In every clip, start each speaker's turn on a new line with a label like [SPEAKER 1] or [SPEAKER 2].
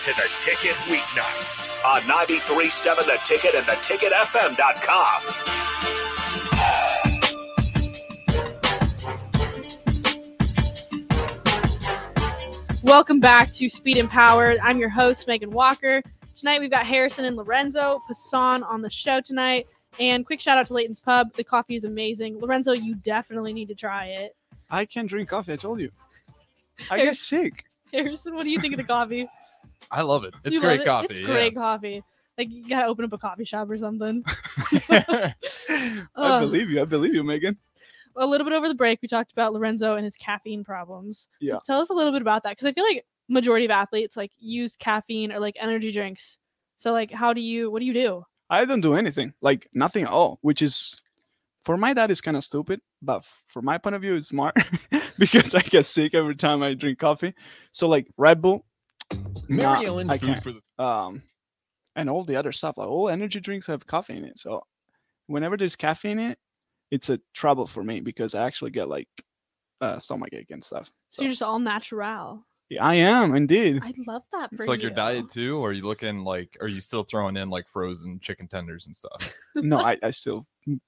[SPEAKER 1] to the ticket weeknights.
[SPEAKER 2] on 93.7 The Ticket and theticketfm.com.
[SPEAKER 3] Welcome back to Speed and Power. I'm your host, Megan Walker. Tonight we've got Harrison and Lorenzo Passan on the show tonight. And quick shout out to Layton's Pub. The coffee is amazing. Lorenzo, you definitely need to try it.
[SPEAKER 4] I can't drink coffee. I told you. I get sick.
[SPEAKER 3] Harrison, what do you think of the coffee?
[SPEAKER 5] I love it. It's
[SPEAKER 3] You love
[SPEAKER 5] great
[SPEAKER 3] it?
[SPEAKER 5] coffee.
[SPEAKER 3] It's great coffee. Like you gotta open up a coffee shop or something.
[SPEAKER 5] yeah.
[SPEAKER 3] Ugh.
[SPEAKER 4] I believe you. I believe you, Megan.
[SPEAKER 3] a little bit over the break we talked about lorenzo and his caffeine problems
[SPEAKER 4] Yeah.
[SPEAKER 3] tell us a little bit about that because i feel like majority of athletes like use caffeine or like energy drinks so like how do you what do you do
[SPEAKER 4] I don't do anything, like nothing at all, which is for my dad is kind of stupid, but f- from my point of view, it's smart because I get sick every time I drink coffee. So like Red Bull, nah,
[SPEAKER 5] Mary Ellen's
[SPEAKER 4] I
[SPEAKER 5] food
[SPEAKER 4] can't.
[SPEAKER 5] for the
[SPEAKER 4] um, and all the other stuff, like all energy drinks have coffee in it. So whenever there's caffeine in it, it's a trouble for me because I actually get like uh, stomach ache and stuff.
[SPEAKER 3] so you're just all natural
[SPEAKER 4] Yeah, I am indeed.
[SPEAKER 3] i love that for
[SPEAKER 5] It's like your
[SPEAKER 3] you.
[SPEAKER 5] diet too, or are you looking like are you still throwing in like frozen chicken tenders and stuff?
[SPEAKER 4] no, I, I still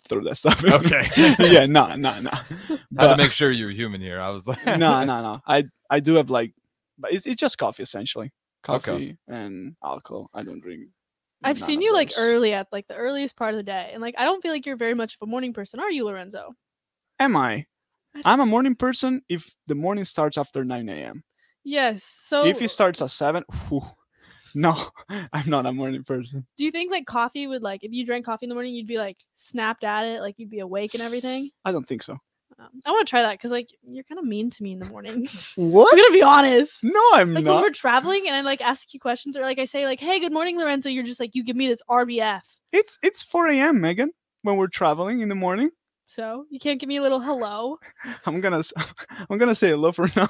[SPEAKER 4] throw that stuff. in.
[SPEAKER 5] Okay.
[SPEAKER 4] yeah, no, no, no.
[SPEAKER 5] Had to
[SPEAKER 4] But
[SPEAKER 5] make sure you were human here. I was like
[SPEAKER 4] no, no, no. I I do have like, but it's, it's just coffee essentially. Coffee and alcohol. I don't drink.
[SPEAKER 3] i've
[SPEAKER 4] none
[SPEAKER 3] seen
[SPEAKER 4] of
[SPEAKER 3] you like
[SPEAKER 4] those.
[SPEAKER 3] early at like the earliest part of the day and like i don't feel like you're very much of a morning person are you lorenzo
[SPEAKER 4] Am I?
[SPEAKER 3] I-
[SPEAKER 4] I'm a morning person. If the morning starts after 9 a.m.
[SPEAKER 3] yes so
[SPEAKER 4] If it starts at seven, whew, no, I'm not a morning person.
[SPEAKER 3] do you think like coffee would like if you drank coffee in the morning you'd be like snapped at it like you'd be awake and everything
[SPEAKER 4] I don't think so.
[SPEAKER 3] um, i want to try that because like you're kind of mean to me in the mornings
[SPEAKER 4] What?
[SPEAKER 3] I'm gonna be honest.
[SPEAKER 4] No, I'm
[SPEAKER 3] Like when
[SPEAKER 4] not.
[SPEAKER 3] we're traveling and I like ask you questions or like I say like, "Hey, good morning, Lorenzo." You're just like, "You give me this RBF."
[SPEAKER 4] It's it's 4 a.m. Megan. When we're traveling in the morning,
[SPEAKER 3] So you can't give me a little hello.
[SPEAKER 4] I'm gonna s- I'm gonna say hello for now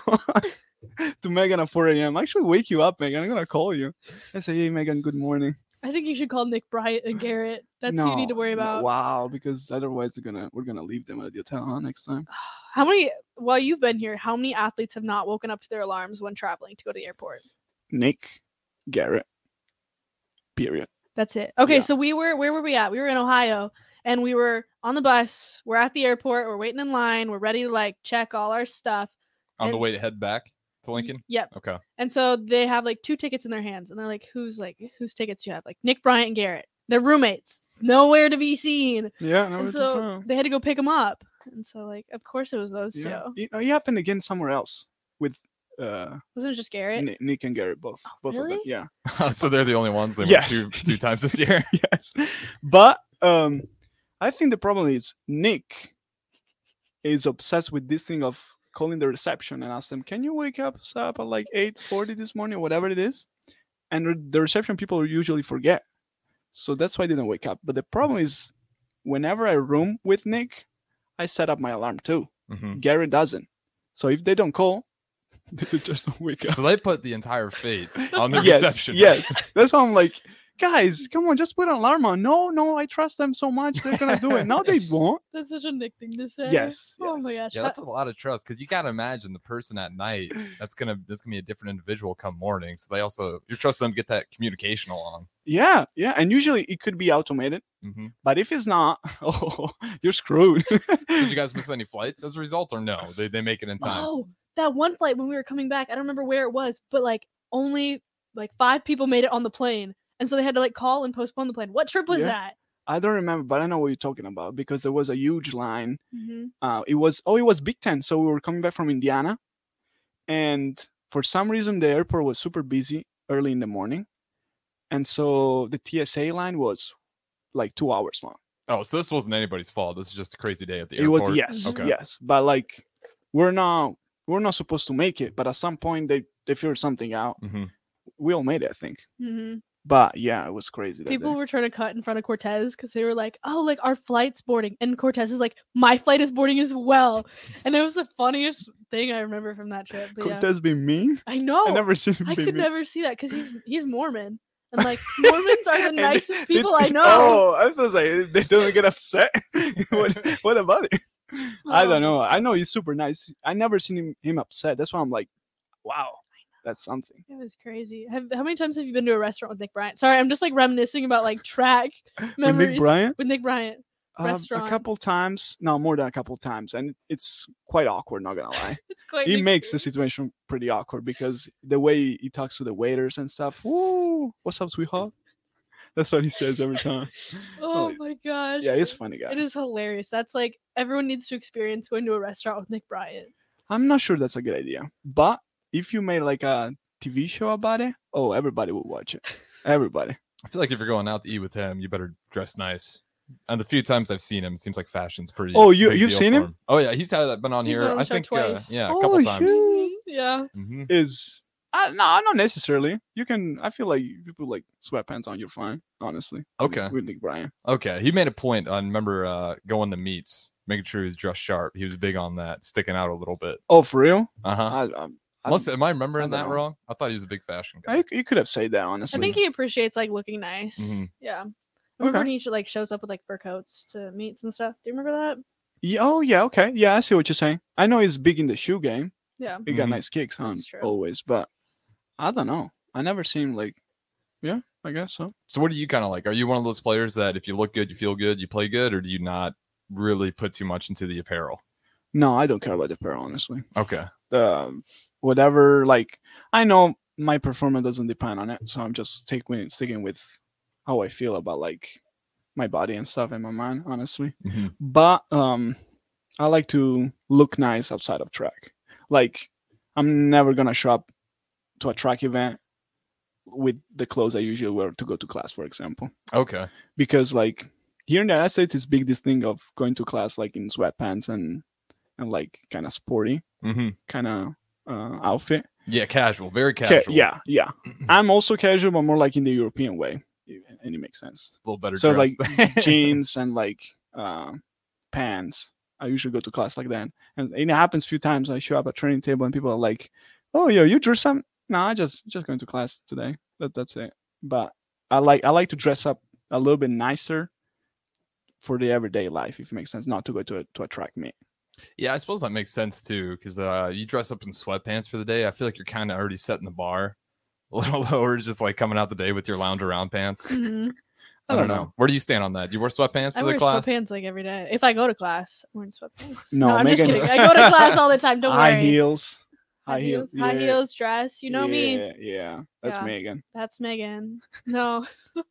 [SPEAKER 4] to Megan at 4 a.m. I Actually, wake you up, Megan. I'm gonna call you. I say, hey, Megan, good morning.
[SPEAKER 3] I think you should call Nick Bryant and Garrett. That's who you need to
[SPEAKER 4] No,
[SPEAKER 3] worry
[SPEAKER 4] no,
[SPEAKER 3] about.
[SPEAKER 4] wow, because otherwise they're gonna we're gonna leave them at the hotel huh, next time.
[SPEAKER 3] How many? While you've been here, how many athletes have not woken up to their alarms when traveling to go to the airport?
[SPEAKER 4] Nick, Garrett. Period.
[SPEAKER 3] That's it. Okay,
[SPEAKER 4] Yeah.
[SPEAKER 3] so we were where were we at? We were in Ohio and we were on the bus. We're at the airport. We're waiting in line. We're ready to like check all our stuff.
[SPEAKER 5] on the
[SPEAKER 3] And-
[SPEAKER 5] way to head back to
[SPEAKER 3] Y-
[SPEAKER 5] Lincoln.
[SPEAKER 3] Yep.
[SPEAKER 5] Okay.
[SPEAKER 3] And so they have like two tickets in their hands, and they're like, "Who's like whose tickets do you have?" Like Nick Bryant and Garrett. They're roommates, nowhere to be seen.
[SPEAKER 4] Yeah, no,
[SPEAKER 3] And
[SPEAKER 4] it's
[SPEAKER 3] so they had to go pick them up. And so like, of course it was those
[SPEAKER 4] yeah.
[SPEAKER 3] two.
[SPEAKER 4] You know, it happened again somewhere else with uh
[SPEAKER 3] Wasn't it just Garrett?
[SPEAKER 4] Ni- Nick and Garrett both. both of them.
[SPEAKER 3] really?
[SPEAKER 4] Yeah.
[SPEAKER 5] so they're the only ones they
[SPEAKER 4] Yes.
[SPEAKER 5] went two two times this year.
[SPEAKER 4] yes. But um I think the problem is Nick is obsessed with this thing of calling the reception and ask them, Can you wake up, us up at like eight forty this morning, whatever it is? And re- the reception people usually forget. So that's why I didn't wake up. But the problem is whenever I room with Nick, I set up my alarm too.
[SPEAKER 5] hmm
[SPEAKER 4] Gary doesn't. So if they don't call, they just don't wake up.
[SPEAKER 5] So they put the entire fate on the
[SPEAKER 4] yes,
[SPEAKER 5] reception.
[SPEAKER 4] Yes. That's why I'm like, guys, come on, just put an alarm on. No, no, I trust them so much. They're gonna do it. No, they won't.
[SPEAKER 3] That's such a Nick thing to say.
[SPEAKER 4] Yes,
[SPEAKER 3] Oh my gosh.
[SPEAKER 5] Yeah,
[SPEAKER 3] how-
[SPEAKER 5] that's a lot of trust because you gotta imagine the person at night that's gonna that's gonna be a different individual come morning. So they also you trust them to get that communication along.
[SPEAKER 4] Yeah, yeah. And usually it could be automated,
[SPEAKER 5] hmm
[SPEAKER 4] but if it's not, oh you're screwed.
[SPEAKER 5] So did you guys miss any flights as a result, or no? They they make it in time.
[SPEAKER 3] oh, that one flight when we were coming back, I don't remember where it was, but like only like five people made it on the plane, and so they had to like call and postpone the plane. What trip was
[SPEAKER 4] Yeah.
[SPEAKER 3] that?
[SPEAKER 4] I don't remember, but I know what you're talking about because there was a huge line.
[SPEAKER 3] Mm-hmm.
[SPEAKER 4] Uh it was oh, it was Big Ten. So we were coming back from Indiana. And for some reason the airport was super busy early in the morning. And so the TSA line was like two hours long.
[SPEAKER 5] Oh, so this wasn't anybody's fault. This is just a crazy day at the
[SPEAKER 4] it
[SPEAKER 5] airport.
[SPEAKER 4] was yes
[SPEAKER 5] Okay.
[SPEAKER 4] yes but like we're not we're not supposed to make it but at some point they they figured something out
[SPEAKER 5] hmm
[SPEAKER 4] we all made it i think
[SPEAKER 3] Mm-hmm.
[SPEAKER 4] but yeah it was crazy that
[SPEAKER 3] People
[SPEAKER 4] day.
[SPEAKER 3] were trying to cut in front of Cortez because they were like, "Oh, like our flight's boarding," and Cortez is like, "My flight is boarding as well," and it was the funniest thing I remember from that trip. But yeah,
[SPEAKER 4] cortez been mean
[SPEAKER 3] I know.
[SPEAKER 4] i
[SPEAKER 3] I,
[SPEAKER 4] never seen him be
[SPEAKER 3] could
[SPEAKER 4] mean.
[SPEAKER 3] never see that because he's he's Mormon, and like Mormons are the
[SPEAKER 4] And they-
[SPEAKER 3] nicest
[SPEAKER 4] they-
[SPEAKER 3] people I know.
[SPEAKER 4] oh i was like they don't get upset what, what about it i
[SPEAKER 3] Oh.
[SPEAKER 4] don't know i know he's super nice i never seen him, him upset that's why i'm like wow That's something.
[SPEAKER 3] It was crazy. Have, how many times have you been to a restaurant with Nick Bryant? Sorry, I'm just like reminiscing about like track memories
[SPEAKER 4] With Nick Bryant,
[SPEAKER 3] With Nick Bryant.
[SPEAKER 4] uh, a
[SPEAKER 3] Restaurant.
[SPEAKER 4] couple times, no more than a couple times, and it's quite awkward. Not gonna lie,
[SPEAKER 3] It's quite.
[SPEAKER 4] he
[SPEAKER 3] an
[SPEAKER 4] makes the
[SPEAKER 3] experience.
[SPEAKER 4] situation pretty awkward because the way he talks to the waiters and stuff. Woo, what's up, sweetheart? That's what he says every time.
[SPEAKER 3] Oh
[SPEAKER 4] like-
[SPEAKER 3] my gosh.
[SPEAKER 4] yeah, he's a funny guy.
[SPEAKER 3] It is hilarious. That's like everyone needs to experience going to a restaurant with Nick Bryant.
[SPEAKER 4] I'm not sure that's a good idea. But if you made like a TV show about it, oh, everybody would watch it. Everybody.
[SPEAKER 5] I feel like if you're going out to eat with him, you better dress nice. And the few times I've seen him, it seems like fashion's pretty.
[SPEAKER 4] Oh, you-
[SPEAKER 5] big
[SPEAKER 4] you've
[SPEAKER 5] deal
[SPEAKER 4] seen
[SPEAKER 5] for
[SPEAKER 4] him?
[SPEAKER 5] Oh yeah, he's had been on
[SPEAKER 3] He's
[SPEAKER 5] here.
[SPEAKER 3] been on the
[SPEAKER 5] I
[SPEAKER 3] show
[SPEAKER 5] think uh,
[SPEAKER 3] twice.
[SPEAKER 5] yeah, a
[SPEAKER 4] Oh,
[SPEAKER 5] couple times.
[SPEAKER 4] shoot.
[SPEAKER 3] Yeah.
[SPEAKER 5] hmm
[SPEAKER 4] Is uh, no, not necessarily. You can. I feel like you could put like sweatpants on. You're fine, honestly. with Nick-
[SPEAKER 5] Okay.
[SPEAKER 4] With Nick Bryan.
[SPEAKER 5] Okay, he made a point on remember uh, going to meets, making sure he was dressed sharp. He was big on that, sticking out a little bit.
[SPEAKER 4] Oh, for real?
[SPEAKER 5] Uh huh.
[SPEAKER 4] I, I, um, I,
[SPEAKER 5] Unless am I
[SPEAKER 4] I
[SPEAKER 5] remembering
[SPEAKER 4] don't
[SPEAKER 5] that
[SPEAKER 4] know.
[SPEAKER 5] wrong? I thought he was a big fashion guy.
[SPEAKER 4] I, you could have said that
[SPEAKER 3] I
[SPEAKER 4] honestly.
[SPEAKER 3] think he appreciates like looking nice.
[SPEAKER 5] Mhm.
[SPEAKER 3] Yeah. Remember
[SPEAKER 4] Mm-hmm. Okay.
[SPEAKER 3] when he sh- like shows up with like fur coats to meets and stuff? Do you remember that?
[SPEAKER 4] Yeah, oh yeah, okay, yeah. I see what you're saying. I know he's big in the shoe game.
[SPEAKER 3] Yeah.
[SPEAKER 4] He got
[SPEAKER 5] Mhm.
[SPEAKER 4] nice kicks, huh?
[SPEAKER 3] That's true.
[SPEAKER 4] Always, but I don't know. I never seen like, yeah, I guess so.
[SPEAKER 5] So what are you kind of like? Are you one of those players that if you look good, you feel good, you play good, or do you not really put too much into the apparel?
[SPEAKER 4] No, I don't care about the pair honestly.
[SPEAKER 5] Okay.
[SPEAKER 4] the whatever like i know my performance doesn't depend on it so i'm just taking sticking with how i feel about like my body and stuff in my mind honestly
[SPEAKER 5] Mhm.
[SPEAKER 4] but um i like to look nice outside of track like i'm never gonna show up to a track event with the clothes i usually wear to go to class for example
[SPEAKER 5] Okay.
[SPEAKER 4] because like here in the united states it's big this thing of going to class like in sweatpants and and like kind of sporty
[SPEAKER 5] hmm
[SPEAKER 4] kind of uh, outfit.
[SPEAKER 5] Yeah, casual, very
[SPEAKER 4] Ca-
[SPEAKER 5] casual.
[SPEAKER 4] yeah, yeah. I'm also casual, but more like in the European way, if- and it makes sense.
[SPEAKER 5] a little better.
[SPEAKER 4] so
[SPEAKER 5] dressed.
[SPEAKER 4] like jeans and like uh, pants. I usually go to class like that, and it happens a few times. I show up at training table, and people are like, "Oh, yo, you dress some? No, I just just going to class today. That that's it." But I like I like to dress up a little bit nicer for the everyday life, if it makes sense. Not to go to a, to a track meet.
[SPEAKER 5] Yeah, I suppose that makes sense too, because uh, you dress up in sweatpants for the day. I feel like you're kind of already setting the bar a little lower, just like coming out the day with your lounge around pants.
[SPEAKER 3] Mhm.
[SPEAKER 4] I don't know.
[SPEAKER 5] Where do you stand on that? Do you wear sweatpants
[SPEAKER 3] I
[SPEAKER 5] to
[SPEAKER 3] wear
[SPEAKER 5] the class?
[SPEAKER 3] sweatpants like every day. If I go to class, I'm wearing sweatpants.
[SPEAKER 4] No,
[SPEAKER 3] I'm
[SPEAKER 4] Megan's-
[SPEAKER 3] just kidding. I go to class all the time. Don't
[SPEAKER 4] High
[SPEAKER 3] worry.
[SPEAKER 4] heels.
[SPEAKER 3] High heels, high
[SPEAKER 4] yeah.
[SPEAKER 3] heels dress. You know me.
[SPEAKER 4] Yeah, yeah. That's
[SPEAKER 3] Yeah.
[SPEAKER 4] Megan.
[SPEAKER 3] That's Megan. No.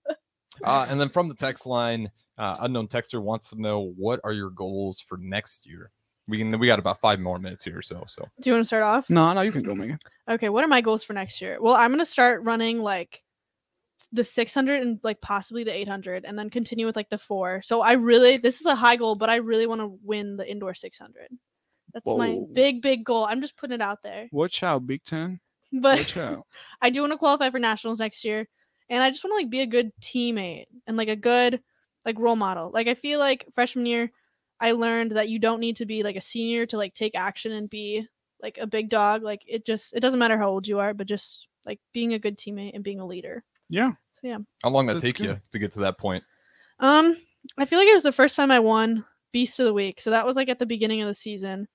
[SPEAKER 5] Uh, and then from the text line, uh, unknown texter wants to know what are your goals for next year. We can we got about five more minutes here, or so so
[SPEAKER 3] Do you want to start off?
[SPEAKER 4] No, no, you can go, Megan.
[SPEAKER 3] Okay, what are my goals for next year? Well, I'm gonna start running like the 600 and like possibly the 800, and then continue with like the four. So I really this is a high goal, but I really want to win the indoor 600. That's my
[SPEAKER 4] Whoa.
[SPEAKER 3] big big goal. I'm just putting it out there.
[SPEAKER 4] Watch out, Big Ten.
[SPEAKER 3] But
[SPEAKER 4] Watch out.
[SPEAKER 3] I do want to qualify for nationals next year, and I just want to like be a good teammate and like a good like role model. Like I feel like freshman year, I learned that you don't need to be like a senior to like take action and be like a big dog. Like it just it doesn't matter how old you are, but just like being a good teammate and being a leader.
[SPEAKER 4] Yeah.
[SPEAKER 3] So yeah,
[SPEAKER 5] how long that
[SPEAKER 4] That's
[SPEAKER 5] take you
[SPEAKER 4] good.
[SPEAKER 5] to get to that point?
[SPEAKER 3] um, I feel like it was the first time I won Beast of the Week, so that was like at the beginning of the season.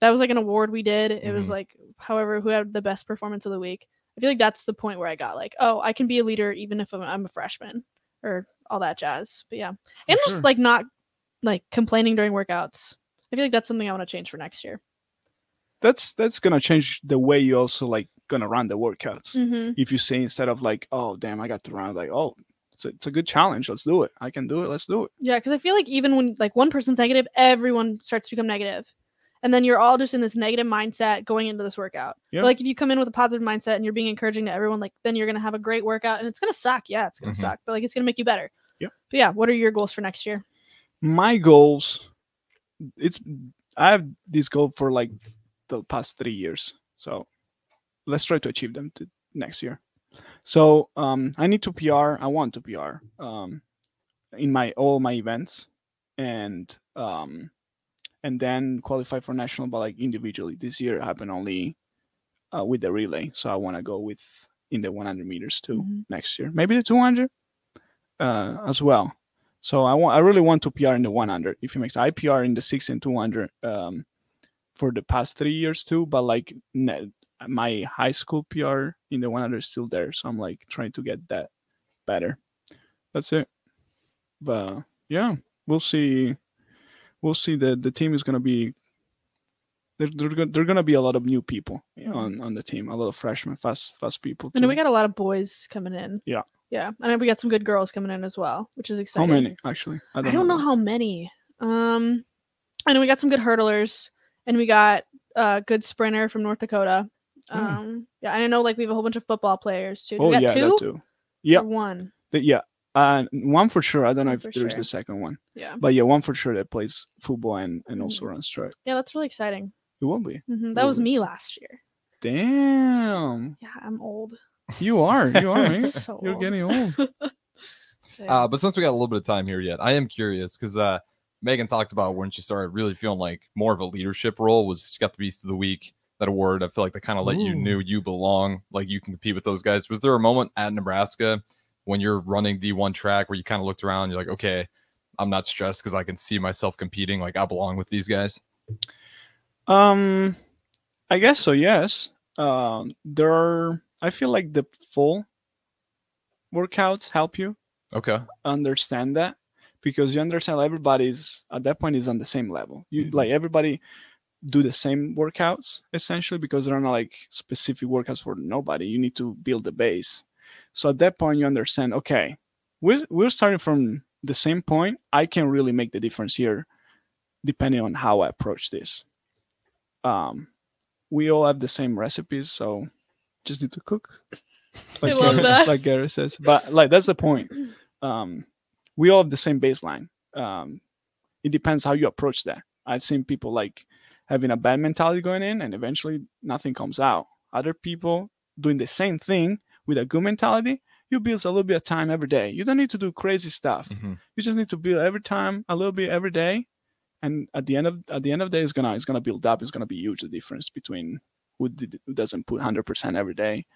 [SPEAKER 3] That was like an award we did. It was
[SPEAKER 5] Mhm.
[SPEAKER 3] like, however, who had the best performance of the week. I feel like that's the point where I got like, oh, I can be a leader even if I'm, I'm a freshman or all that jazz. But yeah, and
[SPEAKER 4] sure.
[SPEAKER 3] just like not like complaining during workouts. I feel like that's something I want to change for next year.
[SPEAKER 4] That's that's gonna change the way you also like gonna run the workouts.
[SPEAKER 3] Mm-hmm.
[SPEAKER 4] If you say instead of like, oh damn, I got to run, like, oh, it's a, it's a good challenge. Let's do it. I can do it. Let's do it.
[SPEAKER 3] Yeah, because I feel like even when like one person's negative, everyone starts to become negative. And then you're all just in this negative mindset going into this workout. But,
[SPEAKER 4] Yeah.
[SPEAKER 3] like if you come in with a positive mindset and you're being encouraging to everyone, like then you're gonna have a great workout and it's gonna suck. Yeah, it's
[SPEAKER 4] Mm-hmm.
[SPEAKER 3] gonna
[SPEAKER 5] Mhm.
[SPEAKER 3] suck, but like it's gonna make you better.
[SPEAKER 4] Yeah.
[SPEAKER 3] But yeah, what are your goals for next year?
[SPEAKER 4] My goals, it's I have this goal for like the past three years. So let's try to achieve them to next year. So um, I need to PR. I want to PR um, in my all my events, and um, and then qualify for national, but like individually. This year happened only uh, with the relay, so I want to go with in the 100 meters too
[SPEAKER 3] Mhm.
[SPEAKER 4] next year. Maybe the 200 uh, as well. So I want. I really want to PR in the 100. If you make I PR in the 6 and 200 um, for the past three years too, but like ne- my high school PR in the one that is still there. So I'm like trying to get that better. That's it. But yeah, we'll see. We'll see that the team is gonna be. There, there, go- there gonna be a lot of new people on, on the team, a lot of freshmen, fast fast people.
[SPEAKER 3] I know
[SPEAKER 4] too.
[SPEAKER 3] we got a lot of boys coming in.
[SPEAKER 4] Yeah.
[SPEAKER 3] Yeah. And we got some good girls coming in as well, which is
[SPEAKER 4] how
[SPEAKER 3] exciting.
[SPEAKER 4] many actually?
[SPEAKER 3] I don't, know. how many. Um, I know we got some good hurdlers, and we got a uh, good sprinter from North Dakota.
[SPEAKER 4] Yeah.
[SPEAKER 3] Um, yeah, and I know like we have a whole bunch of football players too. Do
[SPEAKER 4] Oh
[SPEAKER 3] we got
[SPEAKER 4] yeah,
[SPEAKER 3] two
[SPEAKER 4] that too. Yeah.
[SPEAKER 3] or one.
[SPEAKER 4] The- yeah, uh, one for sure. I don't know
[SPEAKER 3] One
[SPEAKER 4] if
[SPEAKER 3] for
[SPEAKER 4] there's
[SPEAKER 3] sure.
[SPEAKER 4] the second one,
[SPEAKER 3] Yeah, Mm-hmm.
[SPEAKER 4] but yeah, one for sure that plays football and, and also runs track.
[SPEAKER 3] yeah, that's really exciting.
[SPEAKER 4] It will be.
[SPEAKER 3] hmm That was
[SPEAKER 4] Ooh.
[SPEAKER 3] me last year.
[SPEAKER 4] Damn,
[SPEAKER 3] Yeah, I'm old.
[SPEAKER 4] you are, you are, man.
[SPEAKER 3] So
[SPEAKER 4] You're
[SPEAKER 3] old.
[SPEAKER 4] getting old.
[SPEAKER 5] Uh, but since we got a little bit of time here yet, I am curious because uh, Megan talked about when she started really feeling like more of a leadership role was she got the Beast of the Week, that award. I feel like that kind of let you
[SPEAKER 4] Ooh.
[SPEAKER 5] knew you belong, like you can compete with those guys. Was there a moment at Nebraska when you're running D1 track where you kind of looked around, and you're like, okay, I'm not stressed because I can see myself competing, like I belong with these guys.
[SPEAKER 4] Um, I guess so. Yes. Um, there are. I feel like the full workouts help you
[SPEAKER 5] Okay,
[SPEAKER 4] understand that because you understand everybody's at that point is on the same level. You
[SPEAKER 5] Mhm.
[SPEAKER 4] like everybody do the same workouts essentially because there are not like specific workouts for nobody. You need to build the base. So at that point you understand, okay, we're we're starting from the same point. I can really make the difference here depending on how I approach this. Um we all have the same recipes, so just need to cook. Like
[SPEAKER 3] love
[SPEAKER 4] Gary-
[SPEAKER 3] that.
[SPEAKER 4] Like Gary says. But like that's the point. Um we all have the same baseline. Um, it depends how you approach that. I've seen people like having a bad mentality going in, and eventually nothing comes out. Other people doing the same thing with a good mentality, you build a little bit of time every day. You don't need to do crazy stuff.
[SPEAKER 5] Mhm.
[SPEAKER 4] You just need to build every time a little bit every day, and at the end of at the end of the day, it's gonna it's gonna build up. It's gonna be huge the difference between who, did, who doesn't put hundred percent every day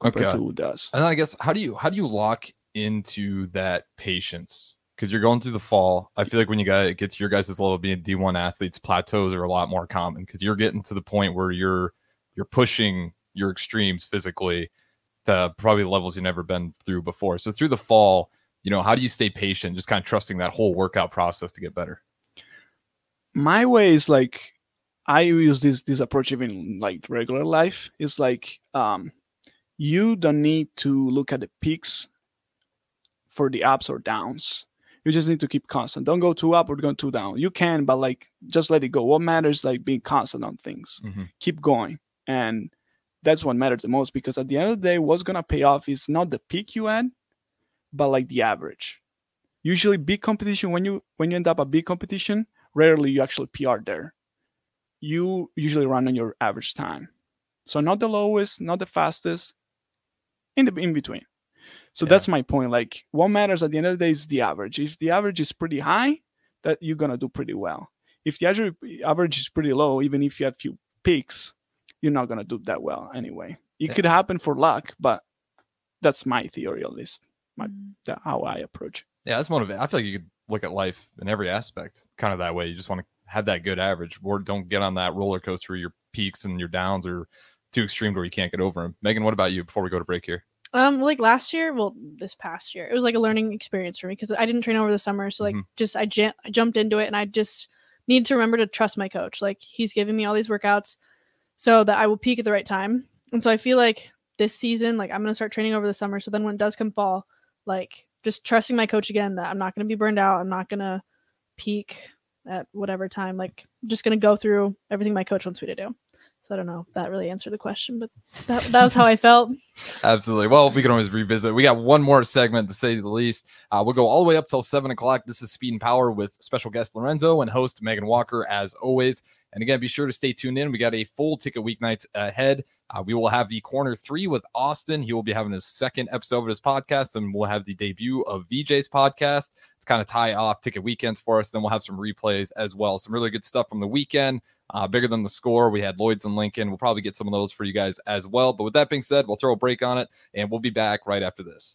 [SPEAKER 4] compared
[SPEAKER 5] Okay.
[SPEAKER 4] to who does.
[SPEAKER 5] and then I guess how do you how do you lock into that patience? Because you're going through the fall. I feel like when you guys get to your guys' level of being D1 athletes, plateaus are a lot more common because you're getting to the point where you're you're pushing your extremes physically to probably levels you've never been through before. So through the fall, you know, how do you stay patient, just kind of trusting that whole workout process to get better?
[SPEAKER 4] my way is like I use this this approach even in like regular life. It's like um you don't need to look at the peaks for the ups or downs. You just need to keep constant. Don't go too up or don't go too down. You can, but like just let it go. What matters is, like being constant on things.
[SPEAKER 5] Mhm.
[SPEAKER 4] Keep going. And that's what matters the most because at the end of the day, what's gonna pay off is not the peak you had, but like the average. Usually big competition, when you when you end up a big competition, rarely you actually PR there. You usually run on your average time. So not the lowest, not the fastest, in the in between. So
[SPEAKER 5] Yeah.
[SPEAKER 4] that's my point. Like what matters at the end of the day is the average. If the average is pretty high, that you're gonna do pretty well. If the average average is pretty low, even if you have few peaks, you're not gonna do that well anyway. It
[SPEAKER 5] Yeah.
[SPEAKER 4] could happen for luck, but that's my theory at least. my-
[SPEAKER 3] Mm.
[SPEAKER 4] That how I approach. it.
[SPEAKER 5] Yeah, that's motivating. I feel like you could look at life in every aspect kind of that way. You just want to have that good average, or don't get on that roller coaster. where Your peaks and your downs are too extreme to where you can't get over them. Megan, what about you? Before we go to break here,
[SPEAKER 3] Um, like last year, well, this past year, it was like a learning experience for me because I didn't train over the summer. So like,
[SPEAKER 5] Mhm.
[SPEAKER 3] just I, jam- I jumped into it, and I just need to remember to trust my coach. Like he's giving me all these workouts, so that I will peak at the right time. And so I feel like this season, like I'm gonna start training over the summer. So then when it does come fall, like just trusting my coach again that I'm not gonna be burned out. I'm not gonna peak at whatever time. Like just gonna go through everything my coach wants me to do. So I don't know if that really answered the question, but that, that was how I felt.
[SPEAKER 5] absolutely. Well, we can always revisit. We got one more segment to say the least. Uh, we'll go all the way up till seven o'clock. This is Speed and Power with special guest Lorenzo and host Megan Walker, as always. And again, be sure to stay tuned in. We got a full ticket weeknights ahead. Uh, we will have the corner three with Austin. He will be having his second episode of his podcast, and we'll have the debut of VJ's podcast. It's kind of tie off ticket weekends for us. Then we'll have some replays as well. Some really good stuff from the weekend. Uh, bigger than the score, we had Lloyd's and Lincoln. We'll probably get some of those for you guys as well. But with that being said, we'll throw a break on it, and we'll be back right after this.